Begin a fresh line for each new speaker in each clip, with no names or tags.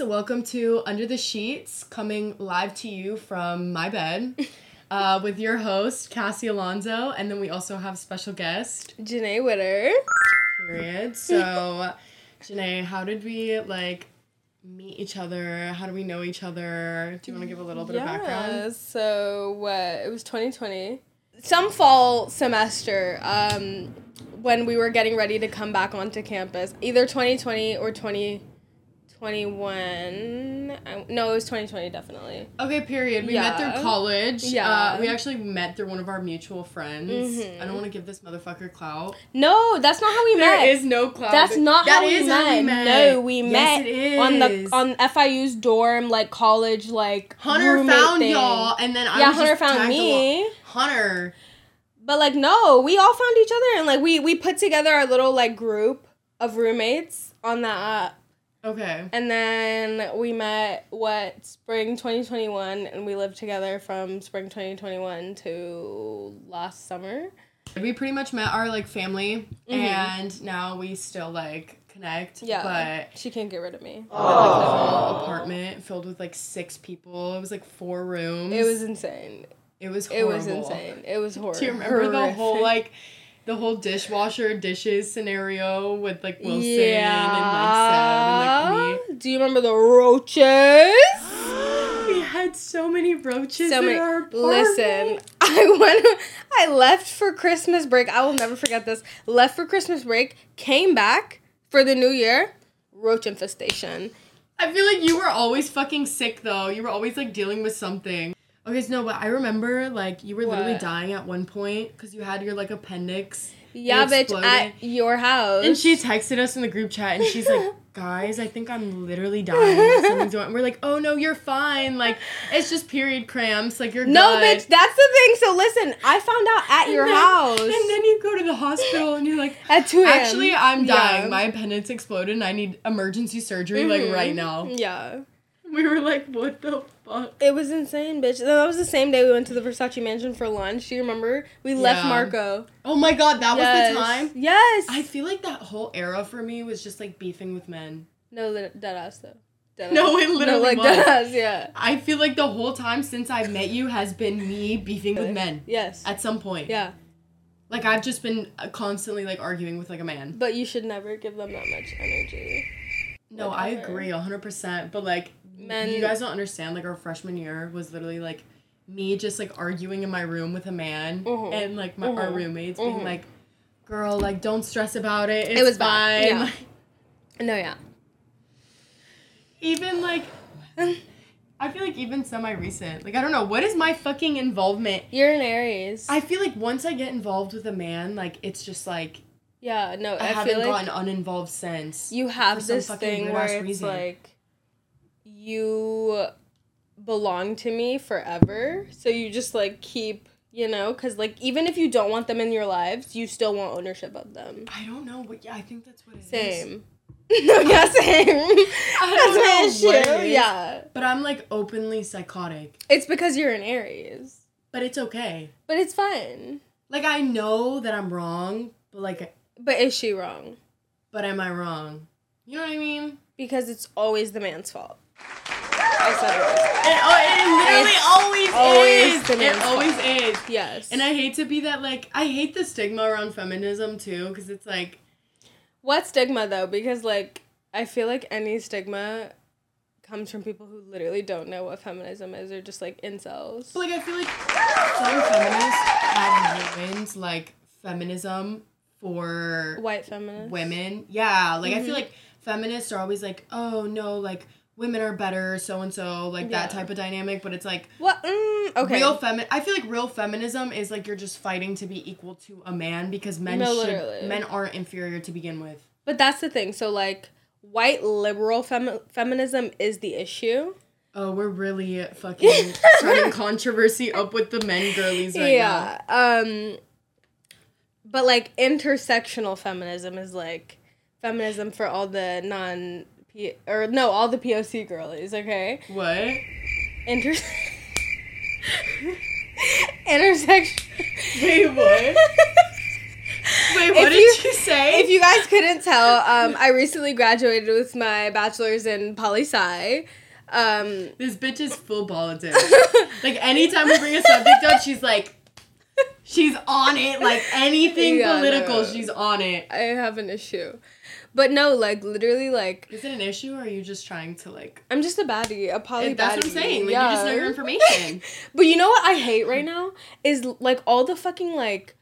welcome to Under the Sheets, coming live to you from my bed uh, with your host, Cassie Alonso. And then we also have special guest,
Janae Witter.
period. So, Janae, how did we like meet each other? How do we know each other? Do you want to give a little bit of
Yeah,
background?
so uh, it was 2020. Some fall semester um, when we were getting ready to come back onto campus, either 2020 or 2021. I, no, it was 2020 definitely.
Okay, period. We met through
Yeah.
college.
Yeah.
Uh, we actually met through one of our mutual friends.
Mhm.
I don't want to give this motherfucker clout.
No, that's not how we met.
There is no clout.
That's not
That
how, we
is
met. No, we
Yes,
met
it
on the
is.
on FIU's dorm, like college, like
Hunter
roommate
found
thing.
y'all, and then I
yeah,
was
Hunter
just
found
tagged along.
me.
Hunter,
But like no, we all found each other and like we we put together our little like group of roommates on that app.
okay,
And then we met what spring 2021 and we lived together from spring 2021 to last summer.
we pretty much met our like family,
Mhm.
and now we still like connect.
Yeah.
but
She can't get rid of me.
Um, oh. apartment filled with like six people. It was like four rooms.
It was insane.
it was
It
horrible.
was insane. It was horrible.
Do you remember the whole like? The whole dishwasher dishes scenario with like Wilson and like Sam and like me.
Do you remember the roaches?
We had so many roaches
so
in
many.
our apartment.
Listen, I went. I left for Christmas break. I will never forget this. Left for Christmas break. Came back for the New Year. Roach infestation.
I feel like you were always fucking sick though. You were always like dealing with something. Okay, so no, but I remember like you were literally
What?
dying at one point because you had your like appendix.
Yeah, bitch,
exploded.
at your house.
And she texted us in the group chat and she's like, guys, I think I'm literally dying. Like, something's going. We're like, oh no, you're fine. Like it's just period cramps. Like you're
No,
good."
bitch. That's the thing. So listen, I found out at your
And then-
house
And then you go to the hospital and you're like,
at two a.m.
actually, uh, I'm
Yeah.
dying. My appendix exploded and I need emergency surgery like
Mhm.
right now.
Yeah.
Mm-hmm. We were like, what the fuck.
It was insane, bitch. That was the same day we went to the Versace mansion for lunch. Do you remember? We left
Yeah.
Marco.
Oh my god, that
yes.
was the time.
Yes.
I feel like that whole era for me was just like beefing with men.
No, lit- dead ass though. Dead
No,
ass.
it literally
like
was.
dead ass. Yeah.
I feel like the whole time since I've met you has been me beefing with men
Yes.
at some point.
yeah,
Like I've just been uh, constantly like arguing with like a man.
but you should never give them that much energy.
No, I
Whatever.
agree 100%, but like
Men-
you guys don't understand like our freshman year was literally like me just like arguing in my room with a man
Mhm.
and like my our
Mhm.
roommates
Mhm.
being like girl like don't stress about it. It's
was bad.
fine.
Yeah. No, yeah.
even like I feel like even semi recent. Like I don't know, what is my fucking involvement?
You're an Aries.
I feel like once I get involved with a man, like it's just like
yeah. No,
I,
I,
haven't
feel like
gotten uninvolved since.
you
for
have
some
this
fucking
thing
weird
where
ass
it's
reason.
like you belong to me forever, so you just like keep. You know, because like even if you don't want them in your lives, you still want ownership of them.
I don't know what yeah, I think that's what it is.
Same. no, yeah, same.
don't know
That's my
what
issue.
it is.
Yeah.
But I'm like openly psychotic.
It's because you're an Aries.
But it's okay.
But it's fun.
Like I know that I'm wrong, but like
But is she wrong?
but am I wrong? You know what I mean?
Because it's always the man's fault. I said it.
It, oh, it literally always, is.
It's always the man's
It
fault.
always is.
Yes.
And I hate to be that like I hate the stigma around feminism too, because it's like
what stigma though? Because like I feel like any stigma comes from people who literally don't know what feminism is or just like incels.
But, like I feel like some feminists have ruined like feminism for
White feminists.
women. Yeah, like
Mm-hmm.
I feel like feminists are always like, oh no, like women are better, so and so, like that
Yeah.
type of dynamic. But it's like
What? Mm, okay.
real femi. I feel like real feminism is like you're just fighting to be equal to a man because men
No,
should
literally.
men aren't inferior to begin with.
but that's the thing. So like white liberal femi- feminism is the issue.
Oh, we're really fucking starting controversy up with the men girlies right now.
yeah. Um but like intersectional feminism is like feminism for all the non P- or no, all the POC girlies, okay?
What?
Inter intersection
Wait, what? Wait, what
if
did
you-
you, say?
If you guys couldn't tell, um, I recently graduated with my bachelor's in poli sci. Um,
this bitch is full politics. like anytime we bring a subject up, she's like, she's on it. Like anything
Yeah,
political,
no.
she's on it.
I have an issue. But no, like literally, like
Is it an issue, or are you just trying to like?
I'm just a baddie, a poly
that's what I'm
baddie.
saying. Like you just know your
Yeah.
information.
But you know what I hate right now is like all the fucking like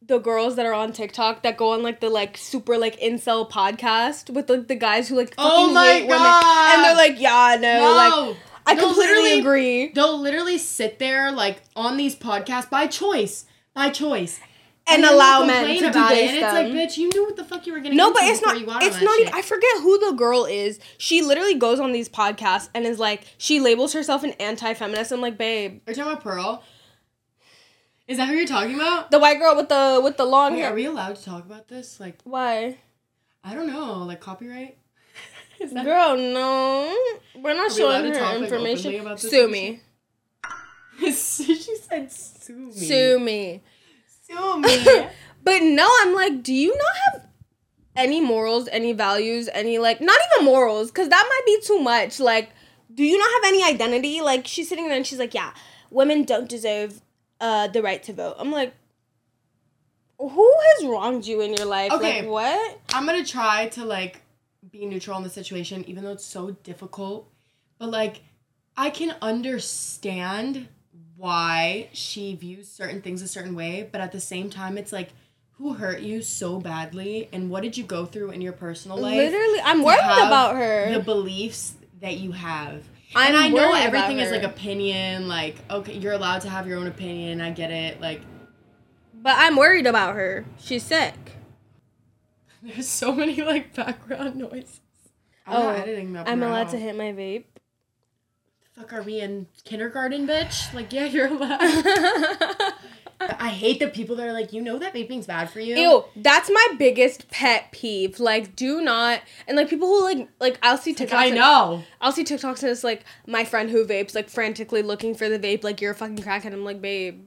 the girls that are on TikTok that go on like the like super like incel podcast with like the guys who like fucking
Oh my
hate women and they're like yeah no,
no,
like I
No, literally-
completely agree
they'll literally sit there like on these podcasts by choice, by choice,
and,
then
allow
they'll
men
complain
to
about it.
debase
And
them.
it's like, bitch, you knew what the fuck you were getting
No,
into
but it's
before
not.
you got on
It's
that
not. e-
shit.
Even, I forget who the girl is. She literally goes on these podcasts and is like, she labels herself an anti-feminist. I'm like, babe,
Are you talking about Pearl? Is that who you're talking about?
the white girl with the with the long
Wait,
hair.
are we allowed to talk about this? Like,
Why,
I don't know, like copyright? Is that-
girl? No, we're not
Are we allowed
showing
to
her
talk, like,
information.
openly about this
Sue
kind of
me.
she said sue me.
Sue me.
Sue me.
But no, I'm like, do you not have any morals, any values, any like not even morals, because that might be too much. Like, do you not have any identity? Like she's sitting there and she's like, Yeah, women don't deserve uh the right to vote. I'm like, who has wronged you in your life?
Okay.
Like what?
I'm gonna try to like be neutral in the situation, even though it's so difficult. But like, I can understand why she views certain things a certain way, but at the same time, it's like, who hurt you so badly, and what did you go through in your personal life?
Literally, I'm
to
worried
have
about her.
The beliefs that you have.
I'm
and I know
worried about
everything is
her.
like opinion, like, okay, you're allowed to have your own opinion, I get it. Like,
but I'm worried about her. She's sick.
there's so many like background noises. I'm
Oh,
not editing that.
I'm
part
allowed
out.
to hit my vape.
Fuck, are we in kindergarten, bitch? Like, yeah, you're allowed.
Ew,
I hate the people that are like, you know that vaping's bad for you.
that's my biggest pet peeve. Like, do not and like people who like like I'll see
Like,
TikToks.
I
and-
know.
I'll see TikToks and it's like my friend who vapes like frantically looking for the vape. Like you're a fucking crackhead. I'm like, babe,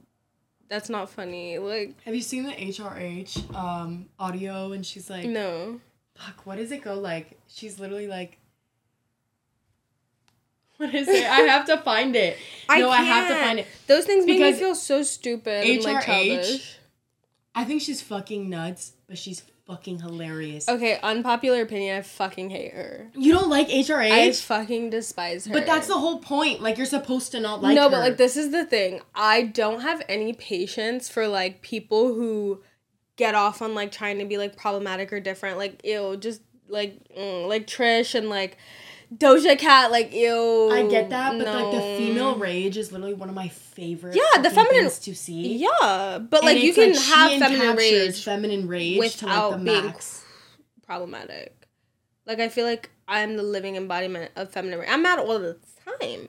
that's not funny. Like
Have you seen the HRH um, audio? And she's like,
no.
fuck, what does it go like? She's literally like, what is it? I have to find it. no, I have to
can't.
find it.
Those things make me
Because
feel so stupid. And, like,
HRH
childish.
I think she's fucking nuts, but she's fucking hilarious.
Okay, unpopular opinion. I fucking hate her.
You don't like
I
HRH,
fucking despise her.
but that's the whole point. Like, you're supposed to not like
no,
her.
but like this is the thing. I don't have any patience for like people who get off on like trying to be like problematic or different. Like ew, just like mm, like Trish and like Doja Cat. Like ew.
I get that, but like the
no.
female rage is literally one of my favorite.
Yeah, the
fucking
feminine-
things to see.
Yeah, but
And
like you
it's,
can
she
have feminine
encaptures
rage
feminine rage to
without
like the
being
max.
problematic. Like I feel like I'm the living embodiment of feminine rage. I'm mad all the time,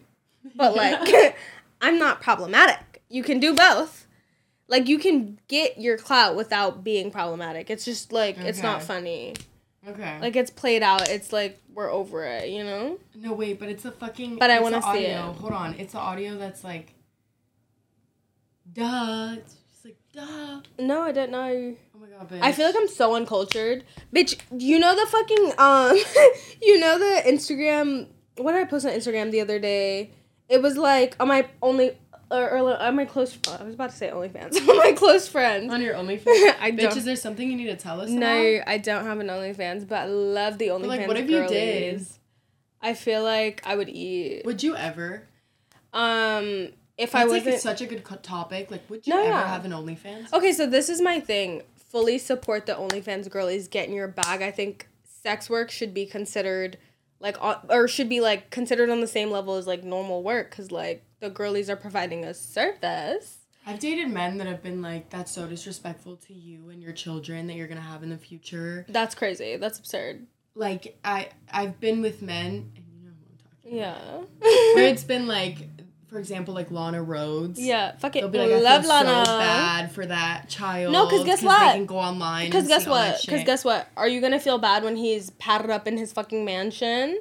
but like I'm not problematic. You can do both. Like you can get your clout without being problematic. It's just like it's not
Okay.
funny.
Okay.
Like it's played out. It's like we're over it. You know.
no, wait, but it's the fucking.
But I
it's
wanna
the
see
audio.
it.
Hold on, it's the audio that's like. Duh. It's just like duh. Oh
No, I don't know.
my god, bitch.
I feel like I'm so uncultured, bitch. You know the fucking um, you know the Instagram. What did I post on Instagram the other day? It was like on my only or, or on my close. oh, I was about to say OnlyFans. on my close friends.
on your OnlyFans.
I
bitch,
don't-
is there something you need to tell us? about?
No, I don't have an OnlyFans, but I love the OnlyFans.
But, like, what if you did?
girlies. I feel like I would eat.
Would you ever?
Um, if I
That's
wasn't
like such a good co- topic. Like, would you
No,
ever
yeah.
have an OnlyFans?
Okay, so this is my thing. Fully support the OnlyFans girlies. Get in your bag. I think sex work should be considered like on, or should be like considered on the same level as like normal work because like the girlies are providing a service.
I've dated men that have been like, that's so disrespectful to you and your children that you're gonna have in the future.
That's crazy. That's absurd.
Like I I've been with men and you know who I'm talking about.
Yeah.
Where it's been like, for example, like Lana Rhodes.
yeah. Fuck
They'll
it.
be like, I
Love
feel so
Lana.
bad for that child.
No, 'cause guess what?
They can go online.
Because
and
guess
see all that
what? Because
shit.
guess what? Are you gonna feel bad when he's padded up in his fucking mansion?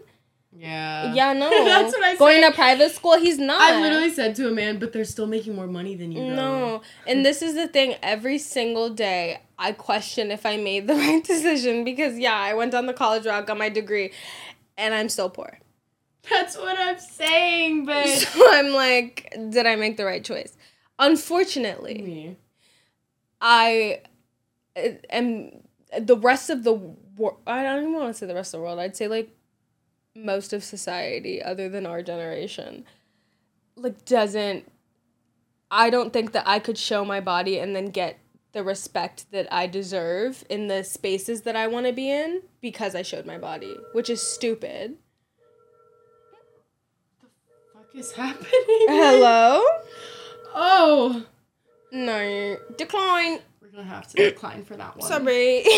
Yeah.
Yeah, no.
That's what I
Going
say.
to private school, he's not.
I literally said to a man, but they're still making more money than you. though."
No. And this is the thing every single day I question if I made the right decision because, yeah, I went down the college route, got my degree, and I'm still poor.
That's what I'm saying, bitch.
So I'm like, did I make the right choice? Unfortunately,
Me.
I uh, am the rest of the world, I don't even want to say the rest of the world, I'd say like most of society other than our generation, like doesn't, I don't think that I could show my body and then get the respect that I deserve in the spaces that I want to be in because I showed my body, which is stupid.
Fuck is happening?
Hello?
Oh.
No. Decline.
We're gonna have to decline for that one.
Sorry.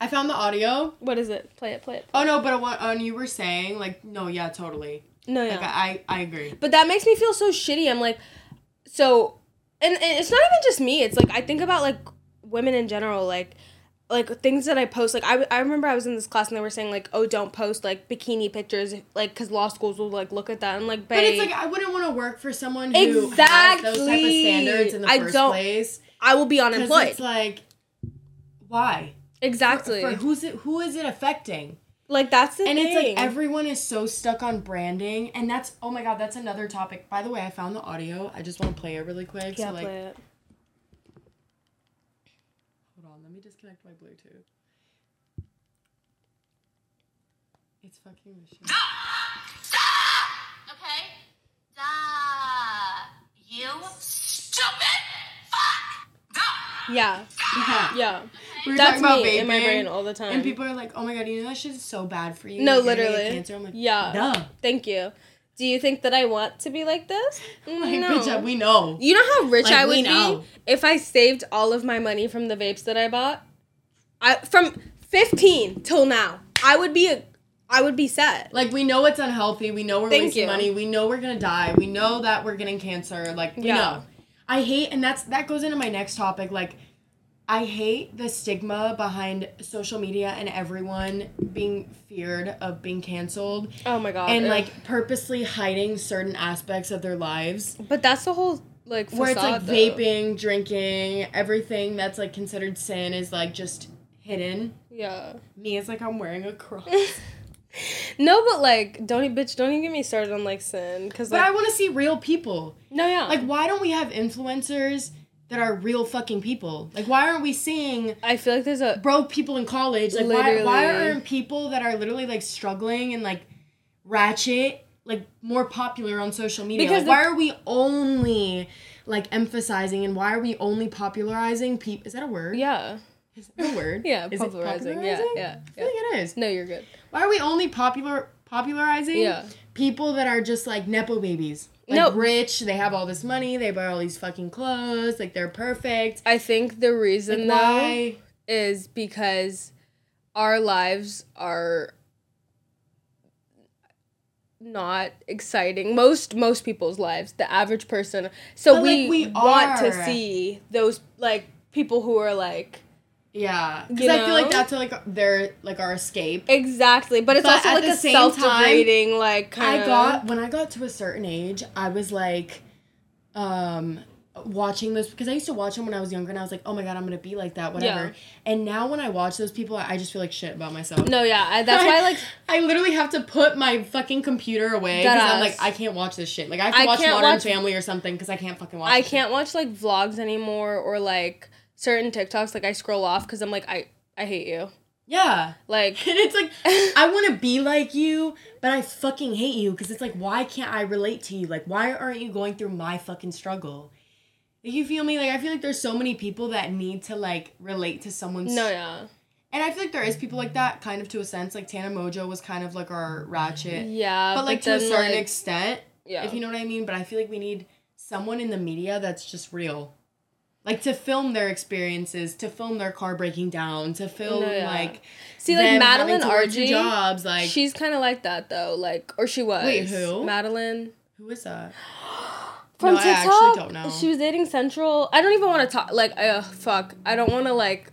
I found the audio.
what is it? Play it, play it.
Oh no, but what on you were saying, like, no, yeah, totally.
No,
Like
yeah.
I, I agree.
But that makes me feel so shitty. I'm like, so, and, and it's not even just me. It's like, I think about like women in general, like, like things that I post. Like, I, I remember I was in this class and they were saying, like, oh, don't post like bikini pictures, like, because law schools will like look at that. and like, babe.
But it's like I wouldn't want to work for someone who has those type of
Exactly.
standards in the
I
first
don't-
place.
I will be
'Cause
unemployed.
it's like, why?
exactly.
For who's it? Who is it affecting?
like, that's the
And
thing.
it's like everyone is so stuck on branding, and that's oh my god, that's another topic. By the way, I found the audio. I just want to play it really quick.
yeah,
so like,
play it.
hold on, let me disconnect my Bluetooth. It's fucking the shit.
Okay? Duh. You stupid fuck! Duh.
Yeah,
Yeah.
yeah.
We were
That's
talking about
me in my
vaping,
brain all the time.
And people are like, "Oh my god, you know that shit is so bad for you."
No,
You're gonna get
literally.
Cancer. I'm like,
Yeah.
Duh.
Thank you. Do you think that I want to be like this?
Like,
No.
bitch, we know.
you know how rich
Like,
I
we
would
know.
be if I saved all of my money from the vapes that I bought. I from fifteen till now, I would be a, I would be set.
Like we know it's unhealthy. We know we're
Thank
wasting
you.
money. We know we're gonna die. We know that we're getting cancer. Like we
Yeah.
know. I hate, and that's that goes into my next topic. Like, I hate the stigma behind social media and everyone being feared of being canceled
Oh my god.
and
ugh.
like purposely hiding certain aspects of their lives.
but that's the whole like
Where it's like
facade, though.
vaping, drinking, everything that's like considered sin is like just hidden.
Yeah.
Me, it's like I'm wearing a cross.
No, but like, don't e- bitch, don't even get me started on like sin, cause
but
like,
I want to see real people.
no, yeah,
Like, why don't we have influencers that are real fucking people? Like, why aren't we seeing
I feel like there's a
broke people in college? Like, why, why
Literally.
aren't people that are literally like struggling and like ratchet like more popular on social media?
Because
Like, why
the-
are we only like emphasizing and why are we only popularizing people? Is that a word?
yeah,
Is that a word?
yeah,
Is it
popularizing, yeah,
popularizing?
yeah,
I
yeah.
think it is.
No, you're good.
Why are we only popular popularizing
Yeah.
people that are just like nepo babies? Like
No.
rich, they have all this money, they buy all these fucking clothes, like they're perfect.
I think the
Like,
reason though
why?
is because our lives are not exciting. Most most people's lives, the average person. So
But,
we,
like, we
want to
are.
see those like people who are like
Yeah, because
You
I feel like
know?
that's like their like our escape.
exactly, but it's
But
also
at
like
the
a
same
self-degrading like kind
I got when I got to a certain age, I was like, um, watching those because I used to watch them when I was younger, and I was like, oh my god, I'm gonna be like that, whatever.
Yeah.
And now when I watch those people, I I just feel like shit about myself.
No, yeah, I, that's why like
I literally have to put my fucking computer away because
Deadass.
I'm like I can't watch this shit. Like I have to
I
watch
can't
Modern
watch-
Family or something because I can't fucking watch.
I
this shit.
can't watch like vlogs anymore or like certain TikToks like I scroll off cuz I'm like I I hate you.
Yeah,
Like
and it's like I want to be like you, but I fucking hate you because it's like why can't I relate to you? Like why aren't you going through my fucking struggle? Like, you feel me? Like I feel like there's so many people that need to like relate to someone's.
no, yeah.
And I feel like there is people like that, kind of to a sense. Like Tana Mojo was kind of like our ratchet,
Yeah,
but, like to a
then,
certain
like,
extent.
yeah.
if you know what I mean. But I feel like we need someone in the media that's just real, like to film their experiences, to film their car breaking down, to film
No, yeah.
like
See, like
them
Madeline
having to work two
Argy,
jobs. Like
she's kind of like that though. Like, or she was.
Wait, who?
Madeline
who is that?
from
No, I
TikTok.
actually don't know.
She was dating Central. I don't even want to talk. Like, uh, fuck. I don't want to like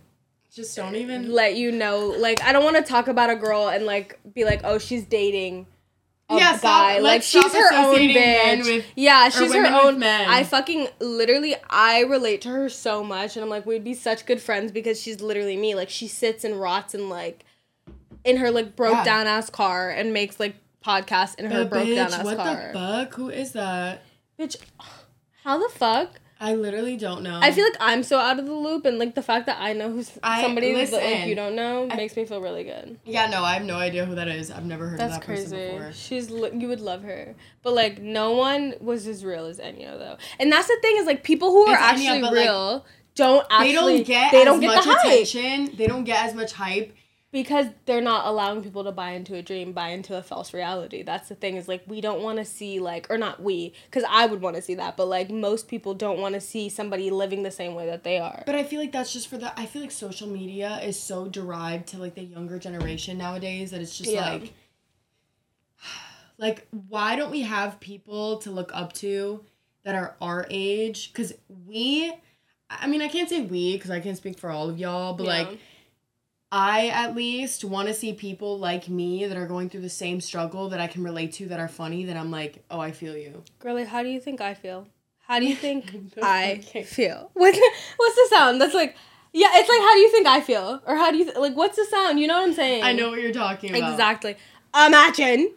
Just don't even.
let you know. Like, I don't want to talk about a girl and like be like, oh, she's dating a
Yeah, stop-
guy.
let's
like
stop
she's her own
associating men
bitch.
with-
yeah,
or
she's her
women with
own
men.
I fucking literally I relate to her so much and I'm like we'd be such good friends because she's literally me. Like she sits and rots and like in her like broke
Yeah.
down ass car and makes like podcasts in her
The
broke down
bitch,
ass
what
car.
the fuck? Who is that?
Bitch, how the fuck?
I literally don't know.
I feel like I'm so out of the loop, and like the fact that I know who's
I-
somebody that like
listen.
you don't know makes me feel really good.
Yeah, no, I have no idea who that is. I've never heard
That's
of that person
crazy.
before.
She's li- you would love her, but like no one was as real as Enya though, and that's the thing is like people who are
It's Enya,
actually
but, like,
real don't actually
They don't get
they
as
don't get
much
the hype
attention. They don't get as much hype.
because they're not allowing people to buy into a dream, buy into a false reality. That's the thing is like we don't want to see like or not we because I would want to see that, but like most people don't want to see somebody living the same way that they are.
But I feel like that's just for the. I feel like social media is so derived to like the younger generation nowadays that it's just
Yeah.
like, like why don't we have people to look up to that are our age? Because we, I mean, I can't say we because I can't speak for all of y'all, but
Yeah.
like I at least want to see people like me that are going through the same struggle that I can relate to that are funny that I'm like, oh, I feel you.
Girlie, how do you think I feel? How do you think
don't
I
fucking-
feel? What's the, what's the sound? That's like, yeah, it's like, how do you think I feel? Or how do you, th- like, what's the sound? You know what I'm saying?
I know what you're talking about.
Exactly. Imagine.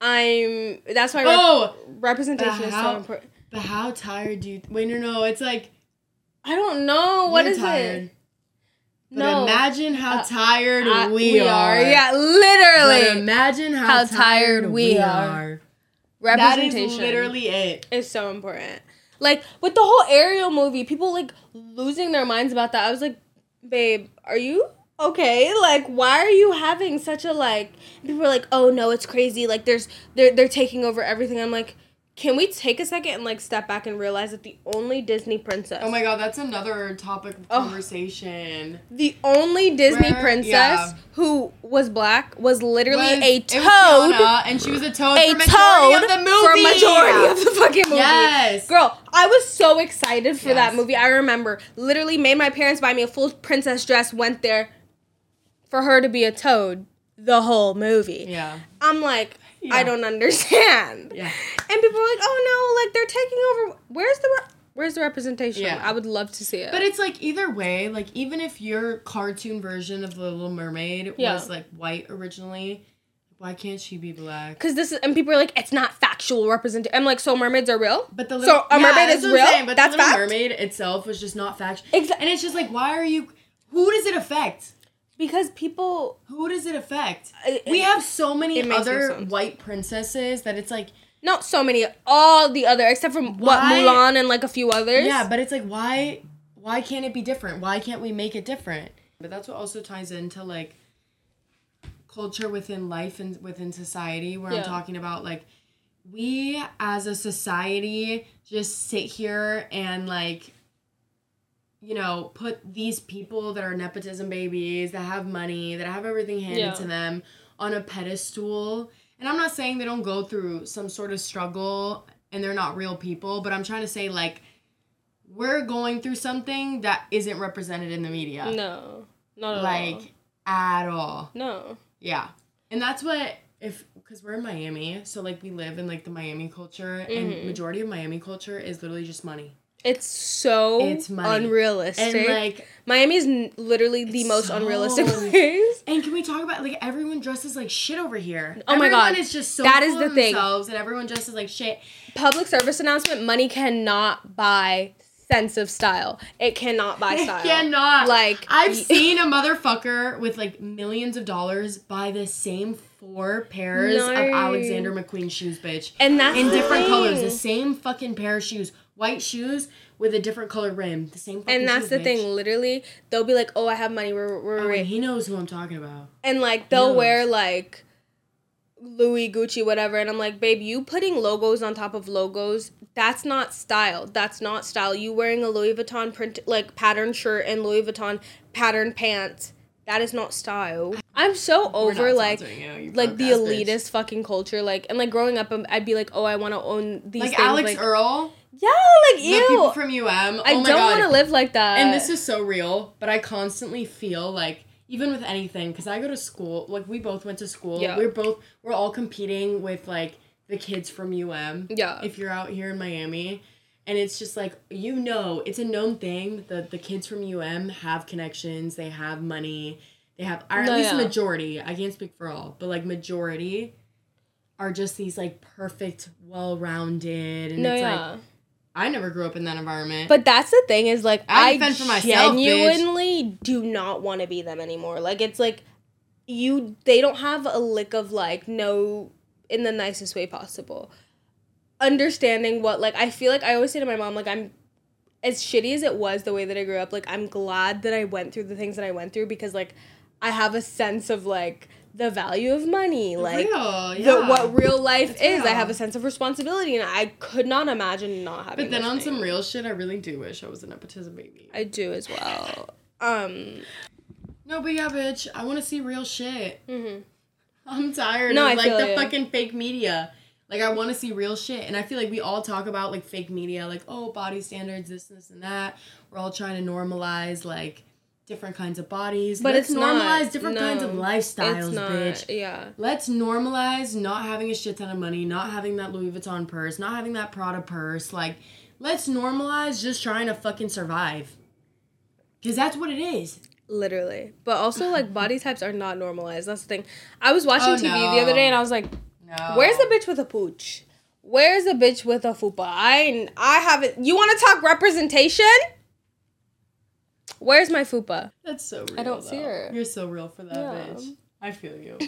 I'm, that's why rep-
Oh,
representation is so
how-
important.
but how tired do you? Wait, no, no. It's like
I don't know. What
you're
is
tired.
it?
But imagine how
Uh,
tired
I-
we, are.
Yeah,
But
literally.
imagine how,
how
tired,
tired
we
we
are. That is
representation.
literally it.
is so important. Like with the whole Ariel movie, people like losing their minds about that. I was like, babe, are you okay? Like, why are you having such a like? People were like, oh no, it's crazy. Like, there's they're they're taking over everything. I'm like, can we take a second and like step back and realize that the only Disney princess,
Oh my god, that's another topic of
Oh.
conversation.
the only Disney
Where-
princess
yeah.
who was black was literally
Was-
a
it was
toad.
Fiona, and she was a toad
a
for majority
toad
of the movie.
for majority of the fucking movie.
Yes.
Girl, I was so excited for that
Yes.
movie. I remember literally made my parents buy me a full princess dress, went there for her to be a toad the whole movie.
Yeah.
I'm like, I
Yeah.
don't understand.
Yeah.
And people were like, "Oh no, like they're taking over. Where's the re- where's the representation?
Yeah.
I would love to see it."
But it's like either way, like even if your cartoon version of the Little Mermaid
Yeah.
was like white originally, why can't she be black?
Cuz this is and people are like, "It's not factual representation." I'm like, "So mermaids are real?"
But the
So,
little
a mermaid
that's what
is
I'm
real?
saying, but
That's
the Little
fact?
Mermaid itself was just not factual.
Exa-
and it's just like, why are you? Who does it affect?
Because people
Who does it affect?
I-
we have so many
it makes no
other
sense.
white princesses that it's like,
not so many, all the other except for what
Why-
Mulan and like a few others.
yeah, but it's like, why? Why can't it be different? Why can't we make it different? But that's what also ties into like culture within life and within society, where
Yeah.
I'm talking about like we as a society just sit here and like you know put these people that are nepotism babies that have money that have everything handed
Yeah.
to them on a pedestal and i'm not saying they don't go through some sort of struggle and they're not real people but i'm trying to say like we're going through something that isn't represented in the media
No, not at all.
like at all
No.
yeah. And that's what if because we're in Miami, so like we live in like the Miami culture,
Mm-hmm.
and majority of Miami culture is literally just money.
It's so
It's money.
unrealistic.
And like,
Miami is n- literally the
It's
most
so-
unrealistic place.
and can we talk about like everyone dresses like shit over here?
Oh my God.
everyone is just so
That is
full
the
of
thing.
themselves, and everyone dresses like shit.
Public service announcement money cannot buy sense of style. It cannot buy
I
style.
cannot.
Like,
I've
y-
seen a motherfucker with like millions of dollars buy the same four pairs
No.
of Alexander McQueen shoes, bitch.
And that's
in
the
different
thing.
colors, the same fucking pair of shoes, white shoes with a different color rim, the same. Fucking
And that's
shoes,
the
bitch.
thing. Literally, they'll be like, "Oh, I have money." We're, we're,
Oh,
we're-
and he knows who I'm talking about.
and like they'll
knows?
wear like Louis Gucci whatever and I'm like babe you putting logos on top of logos that's not style that's not style you wearing a Louis Vuitton print like pattern shirt and Louis Vuitton pattern pants that is not style I'm so over like like the elitist fucking culture like and like growing up I'm- I'd be like oh I want to own these
like
things
Alex
like
Earl,
yeah like
the people
ew
from UM.
I
oh my
don't
God.
want to live like that
And this is so real, but I constantly feel like even with anything because i go to school like we both went to school
Yeah.
we're both we're all competing with like the kids from um
Yeah.
if you're out here in miami and it's just like you know it's a known thing that the, the kids from um have connections they have money they have or at
No,
least
yeah.
majority i can't speak for all but like majority are just these like perfect well-rounded and
no,
it's
yeah.
like i never grew up in that environment
but that's the thing is like
I
I,
defend for myself, bitch.
genuinely do not want to be them anymore. Like it's like you they don't have a lick of like no in the nicest way possible. Understanding what like I feel like I always say to my mom like I'm as shitty as it was the way that I grew up, like I'm glad that I went through the things that I went through because like I have a sense of like the value of money, like
Real,
the,
yeah.
what real life
It's
is. I
real.
have a sense of responsibility, and I could not imagine not having.
But then
those
on
things.
some real shit, I really do wish I was an nepotism baby.
I do as well. Um,
no, but yeah, bitch, I want to see real shit.
mhm.
I'm tired
No,
of
I
like
feel
the
you.
fucking fake media. Like I want to see real shit, and I feel like we all talk about like fake media, like oh body standards, this, this, and that. We're all trying to normalize like different kinds of bodies,
But
Let's
it's not.
normalize different kinds of
No,
lifestyles,
it's not.
bitch.
Yeah.
Let's normalize not having a shit ton of money, not having that Louis Vuitton purse, not having that Prada purse. Like, let's normalize just trying to fucking survive. Because that's what it is.
Literally. But also, like, body types are not normalized. That's the thing. I was watching
Oh,
TV the
no.
other day and I was like,
No.
where's the bitch with a pooch? Where's the bitch with a fupa? I, I haven't. You want to talk representation? Where's my fupa?
That's so real.
don't see
though.
her.
You're so real for that
Yeah.
bitch. I feel you.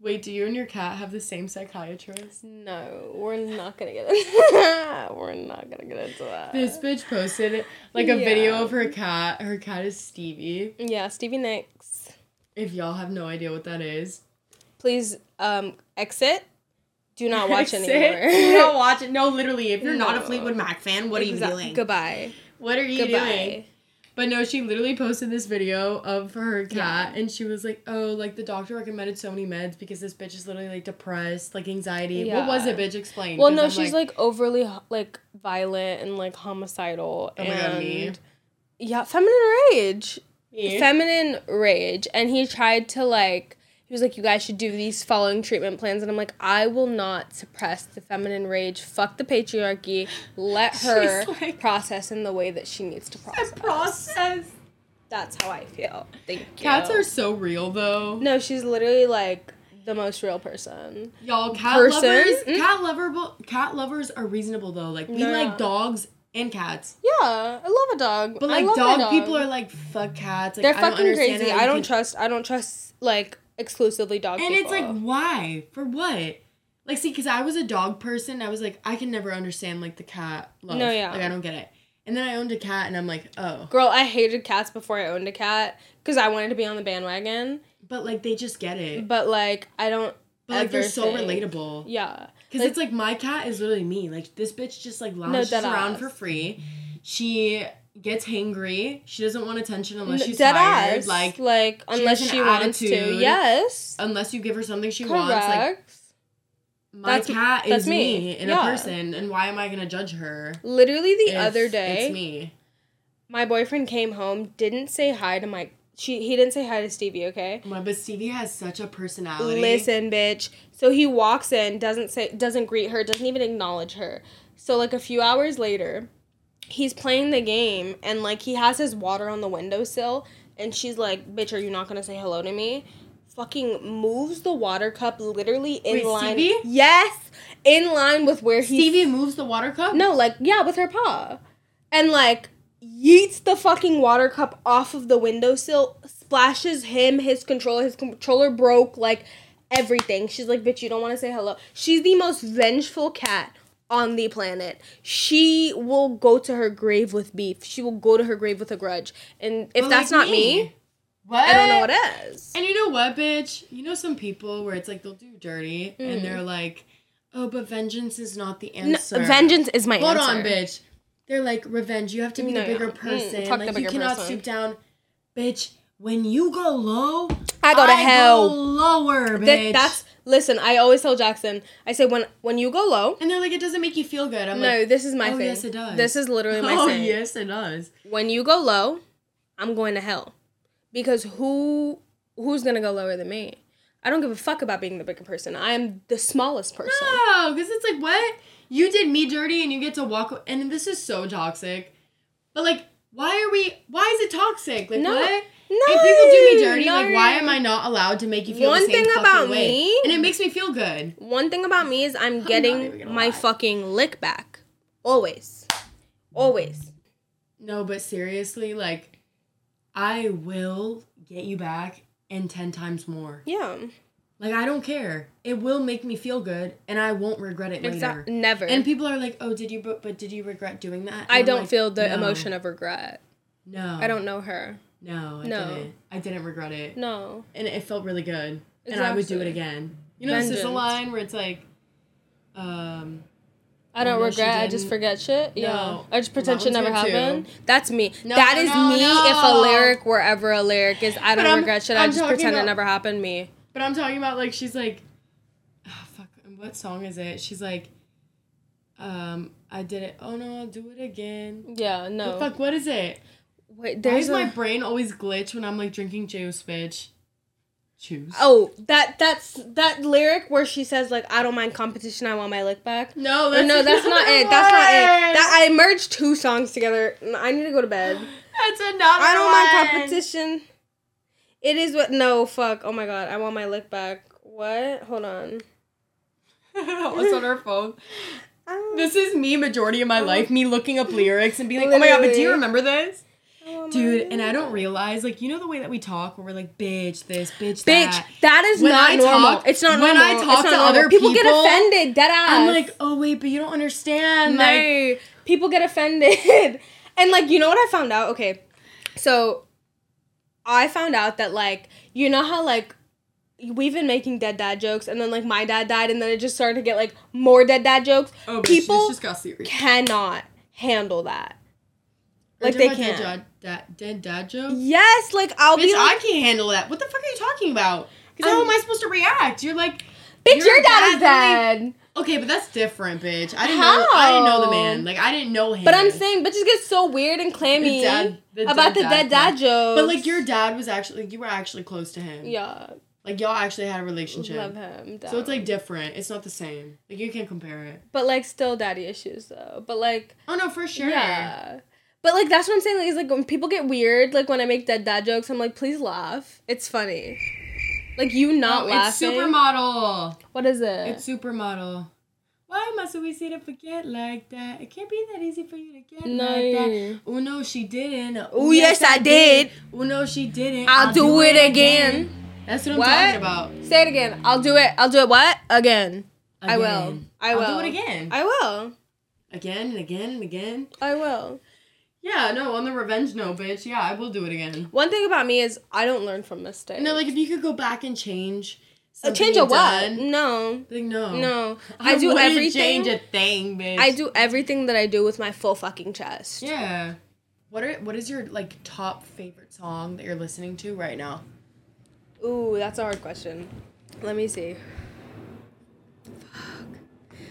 Wait, do you and your cat have the same psychiatrist?
No, we're not gonna get into We're not gonna get into that.
This bitch posted like a
Yeah.
video of her cat. Her cat is Stevie.
yeah, Stevie Nicks.
If y'all have no idea what that is,
Please um exit. Do not watch
Sit.
anymore.
Don't watch it. No, literally, if you're not a
No.
Fleetwood Mac fan, what are you
Exac-
doing?
Goodbye.
What are you doing?
Goodbye.
But no, she literally posted this video of her cat and she was like, Oh, like the doctor recommended so many meds because this bitch is literally like depressed, like anxiety. What was
Yeah.
it, bitch? Explain.
Well,
'cause
no,
I'm
she's like, overly like violent and like homicidal
Oh my
and
God, me.
yeah, feminine rage,
Me?
feminine rage, and he tried to like. He was like, you guys should do these following treatment plans. And I'm like, I will not suppress the feminine rage. Fuck the patriarchy. Let her
She's like-
process in the way that she needs to process.
The process.
That's how I feel. Thank you.
Cats are so real though.
No, she's literally like the most real person.
Y'all cat
Person?
lovers
Mm.
cat lovable cat lovers are reasonable though. Like we
No.
like dogs and cats.
Yeah, I love a dog.
But
I
like
love my
dog, people are like fuck cats. Like
they're
I don't
fucking
understand
crazy.
how you
I don't
can-
trust. I don't trust like exclusively dog.
And it's like,
people.
why? For what? Like, see, because I was a dog person. I was like, I can never understand, like, the cat love.
No, yeah.
Like, I don't get it. And then I owned a cat, and I'm like, oh.
girl, I hated cats before I owned a cat because I wanted to be on the bandwagon.
But, like, they just get it.
But like, I don't.
But, like, they're
ever
so
think-
relatable.
Yeah,
Because it's like, my cat is literally me. Like, this bitch just, like, lounges
dead
around
ass.
for free. She gets hangry. She doesn't want attention unless
n-
she's
dead
tired.
ass.
Like,
Like, like unless
has
she
an
wants to.
attitude.
Yes,
unless you give her something she
correct.
wants. Like, my
That's-
cat
that's
is
me.
me, in
Yeah.
a person. And why am I going to judge her?
Literally the
if
other day,
It's me.
my boyfriend came home, didn't say hi to my. She he didn't say hi to Stevie. Okay.
My, but Stevie has such a personality.
Listen, bitch. So he walks in, doesn't say, doesn't greet her, doesn't even acknowledge her. So like a few hours later, he's playing the game and like he has his water on the windowsill, and she's like, "Bitch, are you not gonna say hello to me?" Fucking moves the water cup literally in
Wait,
line.
Stevie?
Yes, in line with where he's
Stevie moves the water cup.
no, like, yeah, with her paw. And like yeets the fucking water cup off of the windowsill, splashes him, his controller, his controller broke, like everything. She's like, bitch, you don't want to say hello. She's the most vengeful cat on the planet. She will go to her grave with beef. She will go to her grave with a grudge. And if
But
that's
like
not me,
what?
I don't know what is.
And you know what, bitch? You know some people where it's like they'll do dirty
Mm.
and they're like, oh, but vengeance is not the
No,
answer.
vengeance is my
Hold
answer.
on, bitch. They're like, revenge. You have to be
No,
the bigger
yeah. Mm,
person.
fuck the
like,
bigger
you cannot
person.
stoop down. Bitch, when you go low,
I go to hell.
lower, bitch.
That- that's listen. I always tell Jackson. I say when when you go low,
and they're like, it doesn't make you feel good. I'm
No,
like,
this is my
"Oh,
thing.
yes, it does."
This is literally my
oh,
thing.
yes, it does.
When you go low, I'm going to hell. because who who's gonna go lower than me? I don't give a fuck about being the bigger person. I am the smallest person.
No, because it's like what you did me dirty, and you get to walk. a- And this is so toxic. But like, why are we? Why is it toxic? Like
No.
what?
No,
If people do me dirty,
no.
like why am I not allowed to make you feel
One
the same
thing
fucking
about
way?
me-
And it makes me feel good.
One thing about me is I'm
even
getting
gonna
my
lie.
fucking lick back. Always. Always.
No, but seriously, like, I will get you back and ten times more.
Yeah.
Like I don't care. It will make me feel good, and I won't regret it later.
Exactly. Never.
And people are like, "Oh, did you? But, but did you regret doing that?" And
I
I'm
don't
like,
feel the
"No,
emotion of regret.
No,
I don't know her.
No, I
No.
didn't. I didn't regret it,
No.
and it felt really good. And I would do it
Exactly.
again. You know, there's a
Vengeance.
line where it's like, um,
I don't
no, she
regret. I just
didn't.
forget shit. Yeah.
No.
I just pretend
That
shit
one's
never
good too.
happened. That's me.
No,
that
no,
is
no,
me
no.
if a lyric were ever a lyric is I
But
don't
I'm-
regret shit. i
I'm
just
talking
pretend it
about-
never happened to me.
But I'm talking about like she's like, oh, fuck. What song is it? She's like, um, I did it. Oh no, I'll do it again.
Yeah,
But
no.
fuck, what is it?
Wait,
Why
there's
does my
my
brain always glitch when I'm like drinking juice, bitch? Choose.
Oh, that that's that lyric where she says like I don't mind competition, I want my lick back.
no,
Or no, that's not
another
it. That's not it.
one.
That I merged two songs together. I need to go to bed.
that's another.
I don't mind
one.
competition. It is what no fuck. Oh my god, I want my lick back. What? Hold on.
What's on her phone?
I
This is me majority of my life, me looking up lyrics and being like, oh my god, but do you
Oh. Literally.
remember this?
want my
Dude,
lick
and I
back.
don't realize, like, you know the way that we talk where we're like, bitch, this, bitch,
Bitch,
that.
that is
When
not
I
normal.
talk-
it's not
when
normal.
I talk
it's not
to
normal.
other
people, get
people,
offended. Dead ass.
I'm like, oh wait, but you don't understand. Like,
no, people get offended. and like, you know what I found out? Okay, so I found out that like, you know how like we've been making dead dad jokes, and then like my dad died, and then it just started to get like more dead dad jokes.
oh, bitch,
people
this just got serious.
cannot handle that.
Or
Like
do
they
you have
can't.
Dead dad, dad, dead dad joke.
Yes, like I'll
Bitch,
be like,
I can't handle that. What the fuck are you talking about? Because how
I'm-
am I supposed to react? You're like,
bitch,
your
your dad is
dad
dead.
okay, but that's different, bitch. I didn't know. I didn't know the
How?
man. Like, I didn't know him.
But I'm saying bitches get so weird and clammy
The dad- the dead
about the
dad
dead dad
part.
jokes.
But like, your dad was actually, like, you were actually close to him.
yeah,
Like, y'all actually had a relationship.
love him.
So it's
down.
like different. It's not the same. Like you can't compare it.
But like still daddy issues though. But like
Oh no, for sure.
yeah. But like that's what I'm saying. Like it's like when people get weird, like when I make dead dad jokes, I'm like, please laugh. It's funny. Like you not
Oh, it's
laughing.
supermodel.
what is it?
It's supermodel. Why must we see to forget like that? It can't be that easy for you to get
No.
like that. Oh no, she didn't.
Oh yes, I did.
Oh no, she didn't.
I'll do it again.
That's what I'm
What?
talking about.
Say it again. I'll do it. I'll do it what? Again. I will.
Again.
I will.
I'll do it again.
I will.
again and again and again.
I will.
Yeah, no, on the revenge no, bitch. Yeah, I will do it again.
One thing about me is I don't learn from mistakes.
No, like if you could go back and change.
a
something
change of
you've
what?
done,
No.
Like no.
No. I, do
wouldn't
everything.
Change a thing, bitch.
I do everything that I do with my full fucking chest.
Yeah. What are what is your like top favorite song that you're listening to right now?
Ooh, that's a hard question. Let me see.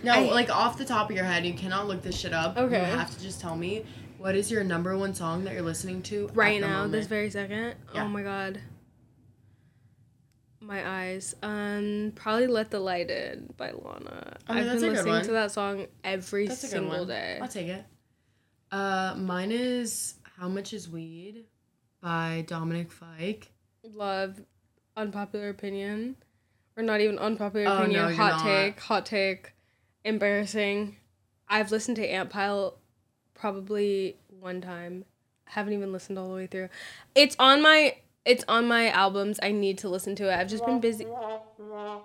No,
I-
like off the top of your head, you cannot look this shit up.
Okay.
You have to just tell me what is your number one song that you're listening to at
Right
the
now, this
moment?
very second.
Yeah.
Oh my god. My eyes. Um, probably "Let the Light In" by Lana.
Oh, yeah,
I've
that's
been
a good
listening
one.
to that song every
That's a good
single
one.
day.
I'll take it. Uh, mine is "How Much Is Weed" by Dominic Fike.
Love, unpopular opinion, or not even unpopular
Oh, no,
opinion.
you're not.
hot take. Hot take. Embarrassing. I've listened to Ant Pile probably one time. Haven't even listened all the way through. It's on my. It's on my albums. I need to listen to it. I've just been busy. I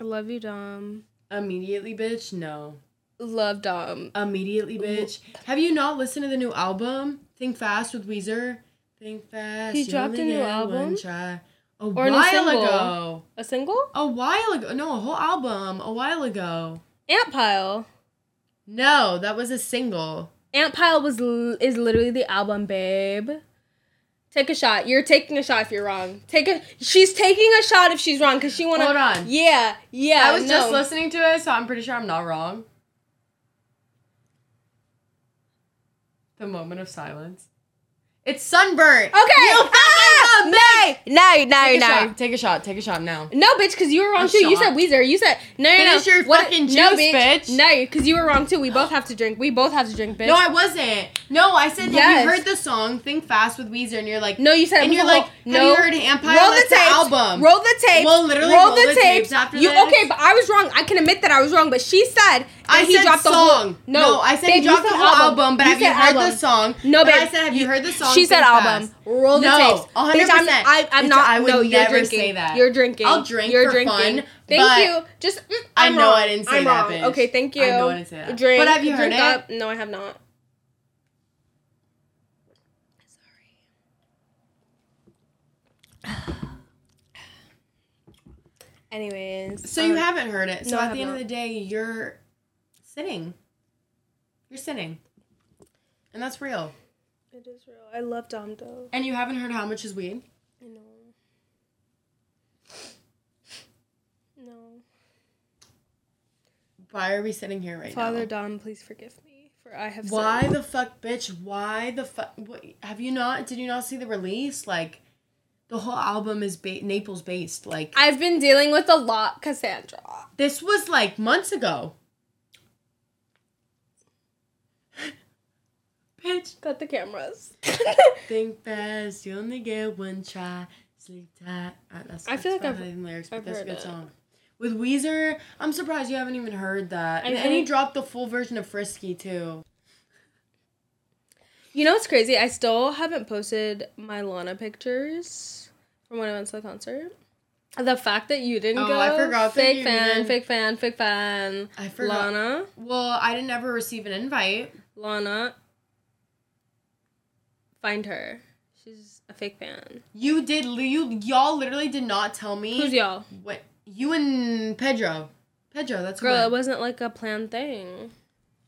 love you, Dom.
Immediately, bitch. No.
Love Dom.
Immediately, bitch. Have you not listened to the new album? Think Fast with Weezer. Think Fast.
He
you
dropped
only
a new
get
album?
one try. A
Or a new
while
single?
ago.
A single?
A while ago. No, a whole album. A while ago.
Ant Pile.
No, that was a single.
Ant Pile was l- is literally the album, babe. Take a shot. You're taking a shot if you're wrong. Take a. She's taking a shot if she's wrong because she wanna.
Hold on.
Yeah, yeah.
I was
no.
just listening to it, so I'm pretty sure I'm not wrong. The moment of silence. It's sunburnt.
Okay.
You fucking
Ah,
up,
no, no,
Take a
no,
shot. Take a shot. Take a shot now.
no, bitch, because you were wrong
I'm
too. You said
shocked.
Weezer. You said no, no, no.
Finish your fucking
no,
juice, bitch.
No, because you were wrong too. We both have to drink. We both have to drink, bitch.
No, I wasn't. No, I said that
Yes.
you heard the song "Think Fast" with Weezer, and you're like,
No, you said it
and
was
you're
a whole-
like, have
no.
you heard Empire?
roll
That's
the tapes.
album.
Roll the tapes.
Well, literally roll the tapes after
you
this.
okay? But I was wrong. I can admit that I was wrong. But she said that
I
he
said
dropped the
song.
whole.
no, I said he
babe, you
dropped the
said
whole album, but have you
said
heard the
album.
song?
No,
but I
babe,
said, have you, heard the song?
She said
Think
album.
Fast.
Roll the
No,
tapes. Bitch, I'm-
100%.
I, I'm
Bitch,
not.
I would
no, you're
never
drinking.
say that.
You're drinking.
I'll drink
You're
for
drinking.
fun,
Thank
but
you. Just. Mm,
I
I'm
know I
wrong.
didn't say
I'm
that,
wrong.
bitch.
Okay. Thank you.
I know I didn't say that.
Drink.
But have you heard
drink
it?
Up. No, I have not. Anyways,
So you
um,
haven't heard it. So
no, I
at
have
the end
not.
of the day, you're sitting. You're sitting. And that's real.
It is real. I love Dom though.
And you haven't heard how much is weed?
I know. No.
Why are we sitting here right
Father
now?
Dom, please forgive me, for I have
Why
sinned.
the fuck, bitch? Why the fuck? What, have you not? Did you not see the release? Like, the whole album is ba- Naples based. Like,
I've been dealing with a lot, Cassandra.
this was like months ago. bitch.
Cut the cameras.
Think fast, you only get one try. Sleep tight. Uh, that's,
I feel
that's
like I've-
not even lyrics, but
I've
that's a
heard
good
it.
song. With Weezer, I'm surprised you haven't even heard that.
I
And,
feel
and he
like-
dropped the full version of Frisky too.
you know what's crazy? I still haven't posted my Lana pictures from when I went to the concert. The fact that you didn't
Oh,
go.
I forgot that
Fake
you
fan,
didn't.
fake fan, fake fan.
I forgot.
Lana,
Well, I didn't ever receive an invite.
Lana. Find her. She's a fake fan.
You did. li- You y'all literally did not tell me.
Who's y'all?
What you and Pedro? Pedro, that's
Girl, it
What.
wasn't like a planned thing.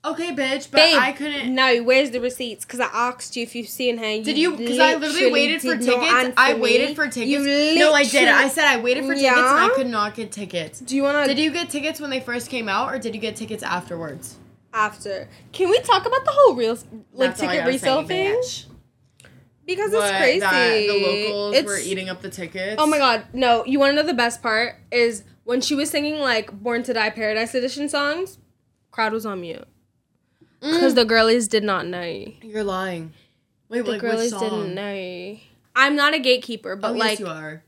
Okay, bitch, but
Babe,
I couldn't.
No, where's the receipts? Because I asked you if you've seen her. You
Did you? Because I literally
literally
waited for
did not
tickets.
answer
I
me.
waited for tickets.
You
no, I did. I
literally-
said I waited for tickets and
Yeah?
I could not get tickets.
Do you want to
Did you get tickets when they first came out, or did you get tickets afterwards?
after? Can we talk about the whole real like
That's all I
ticket
gotta
resale
say,
thing?
bitch.
Because
What,
it's crazy.
That the locals
It's-
were eating up the tickets.
Oh my god, no! You want to know the best part is when she was singing like "Born to Die" Paradise Edition songs. Crowd was on mute
Mm.
because the girlies did not know.
You're lying. Wait,
The
like, which
girlies
song?
didn't know. I'm not a gatekeeper,
Oh,
but
yes,
like
you are.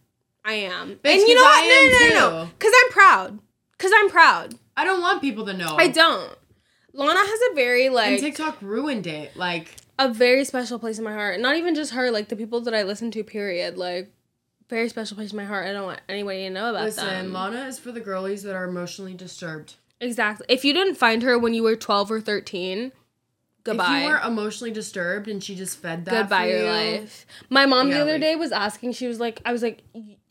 I am.
Bitch,
and you know
'cause
what?
I
no,
am
no, no, no,
too.
Because I'm proud. Because I'm proud.
I don't want people to know.
I don't. Lana has a very
Oh. And
like
TikTok ruined it. Like,
a very special place in my heart. Not even just her, like the people that I listen to. Period. Like very special place in my heart. I don't want anybody to know about
listen,
them.
Lana is for the girlies that are emotionally disturbed.
exactly. If you didn't find her when you were twelve or thirteen, goodbye.
If you were emotionally disturbed and she just fed that,
goodbye
for
your
you-
life. My mom
Yeah,
the other
like-
day was asking. She was like, I was like,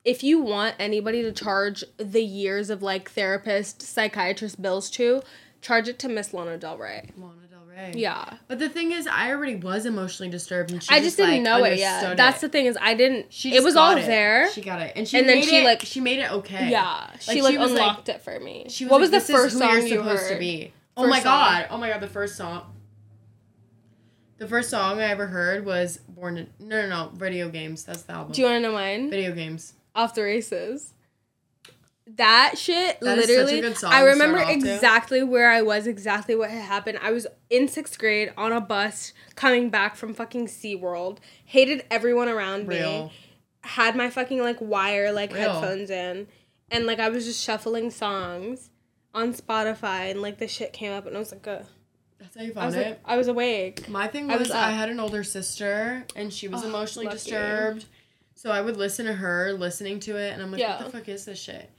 if you want anybody to charge the years of like therapist, psychiatrist bills to, charge it to Miss Lana Del Rey.
Lana Del Rey.
Yeah.
But the thing is, I already was emotionally disturbed, and she
I just didn't
like,
know it yet.
understood
That's
it.
the thing is I didn't.
She
it
just
was
got
all
it.
there.
She got it, and she
And then
made
she,
it,
like-
she made it okay.
Yeah, she like,
was
unlocked it for me.
She
what
like,
was the
"This is
first
who
song
you're
you
supposed
heard?
to be? Oh
First
my
song.
god! Oh my god! The first song. The first song I ever heard was "Born." To, no, no, no. Video games. That's the album.
Do you want to know mine?
Video games.
Off the races. That shit
That is such a
literally.
good song
I
to
remember
start off to.
exactly where I was, exactly what had happened. I was in sixth grade on a bus coming back from fucking SeaWorld. Hated everyone around
Real.
me. Had my fucking like wire like
Real.
headphones in. And like I was just shuffling songs on Spotify and like the shit came up and I was like, uh,
That's how you
I
found
was
it.
like, I was awake.
My thing
I
was,
was
I,
up.
had an older sister and she was
Oh,
emotionally
lucky.
disturbed. So I would listen to her listening to it and I'm like,
Yeah.
what the fuck is this shit?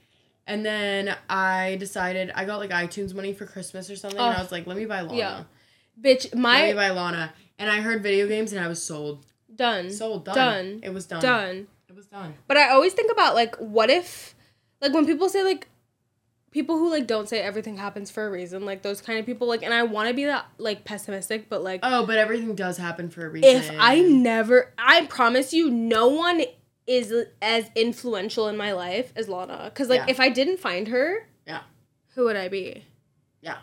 And then I decided I got like iTunes money for Christmas or something and I
Ugh.
was like, let me buy Lana.
Yeah. Bitch,
Let
my
me buy Lana. And I heard video games and I was sold.
done
Sold. Done.
Done.
It was done.
done
It was done.
but i always think about like what if like when people say like people who like don't say everything happens for a reason like those kind of people like and i want to be that like pessimistic but like
Oh, but everything does happen for a reason.
if i never i promise you no one is as influential in my life as lana because like
Yeah.
if i didn't find her
Yeah.
who would i be
Yeah.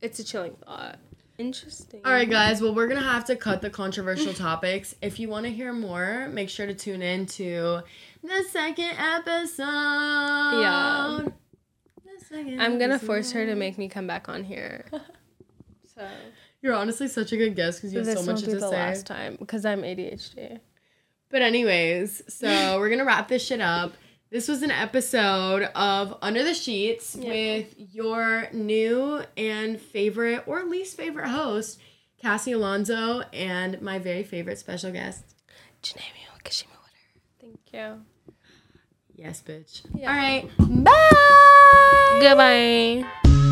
it's a chilling thought Interesting.
All right, guys. Well, we're gonna have to cut the controversial topics. If you want to hear more, make sure to tune in to the second episode. Yeah.
I'm gonna force her to make me come back on here. So
You're honestly such a good guest because you have
this
so much
will be
to
the
say.
last time because I'm ADHD.
But anyways, so we're gonna wrap this shit up. This was an episode of Under the Sheets
Yeah.
with your new and favorite or least favorite host, Cassie Alonso, and my very favorite special guest.
Janamio Kishimawater. Thank you.
Yes, bitch.
Yeah.
All right.
Bye. Goodbye.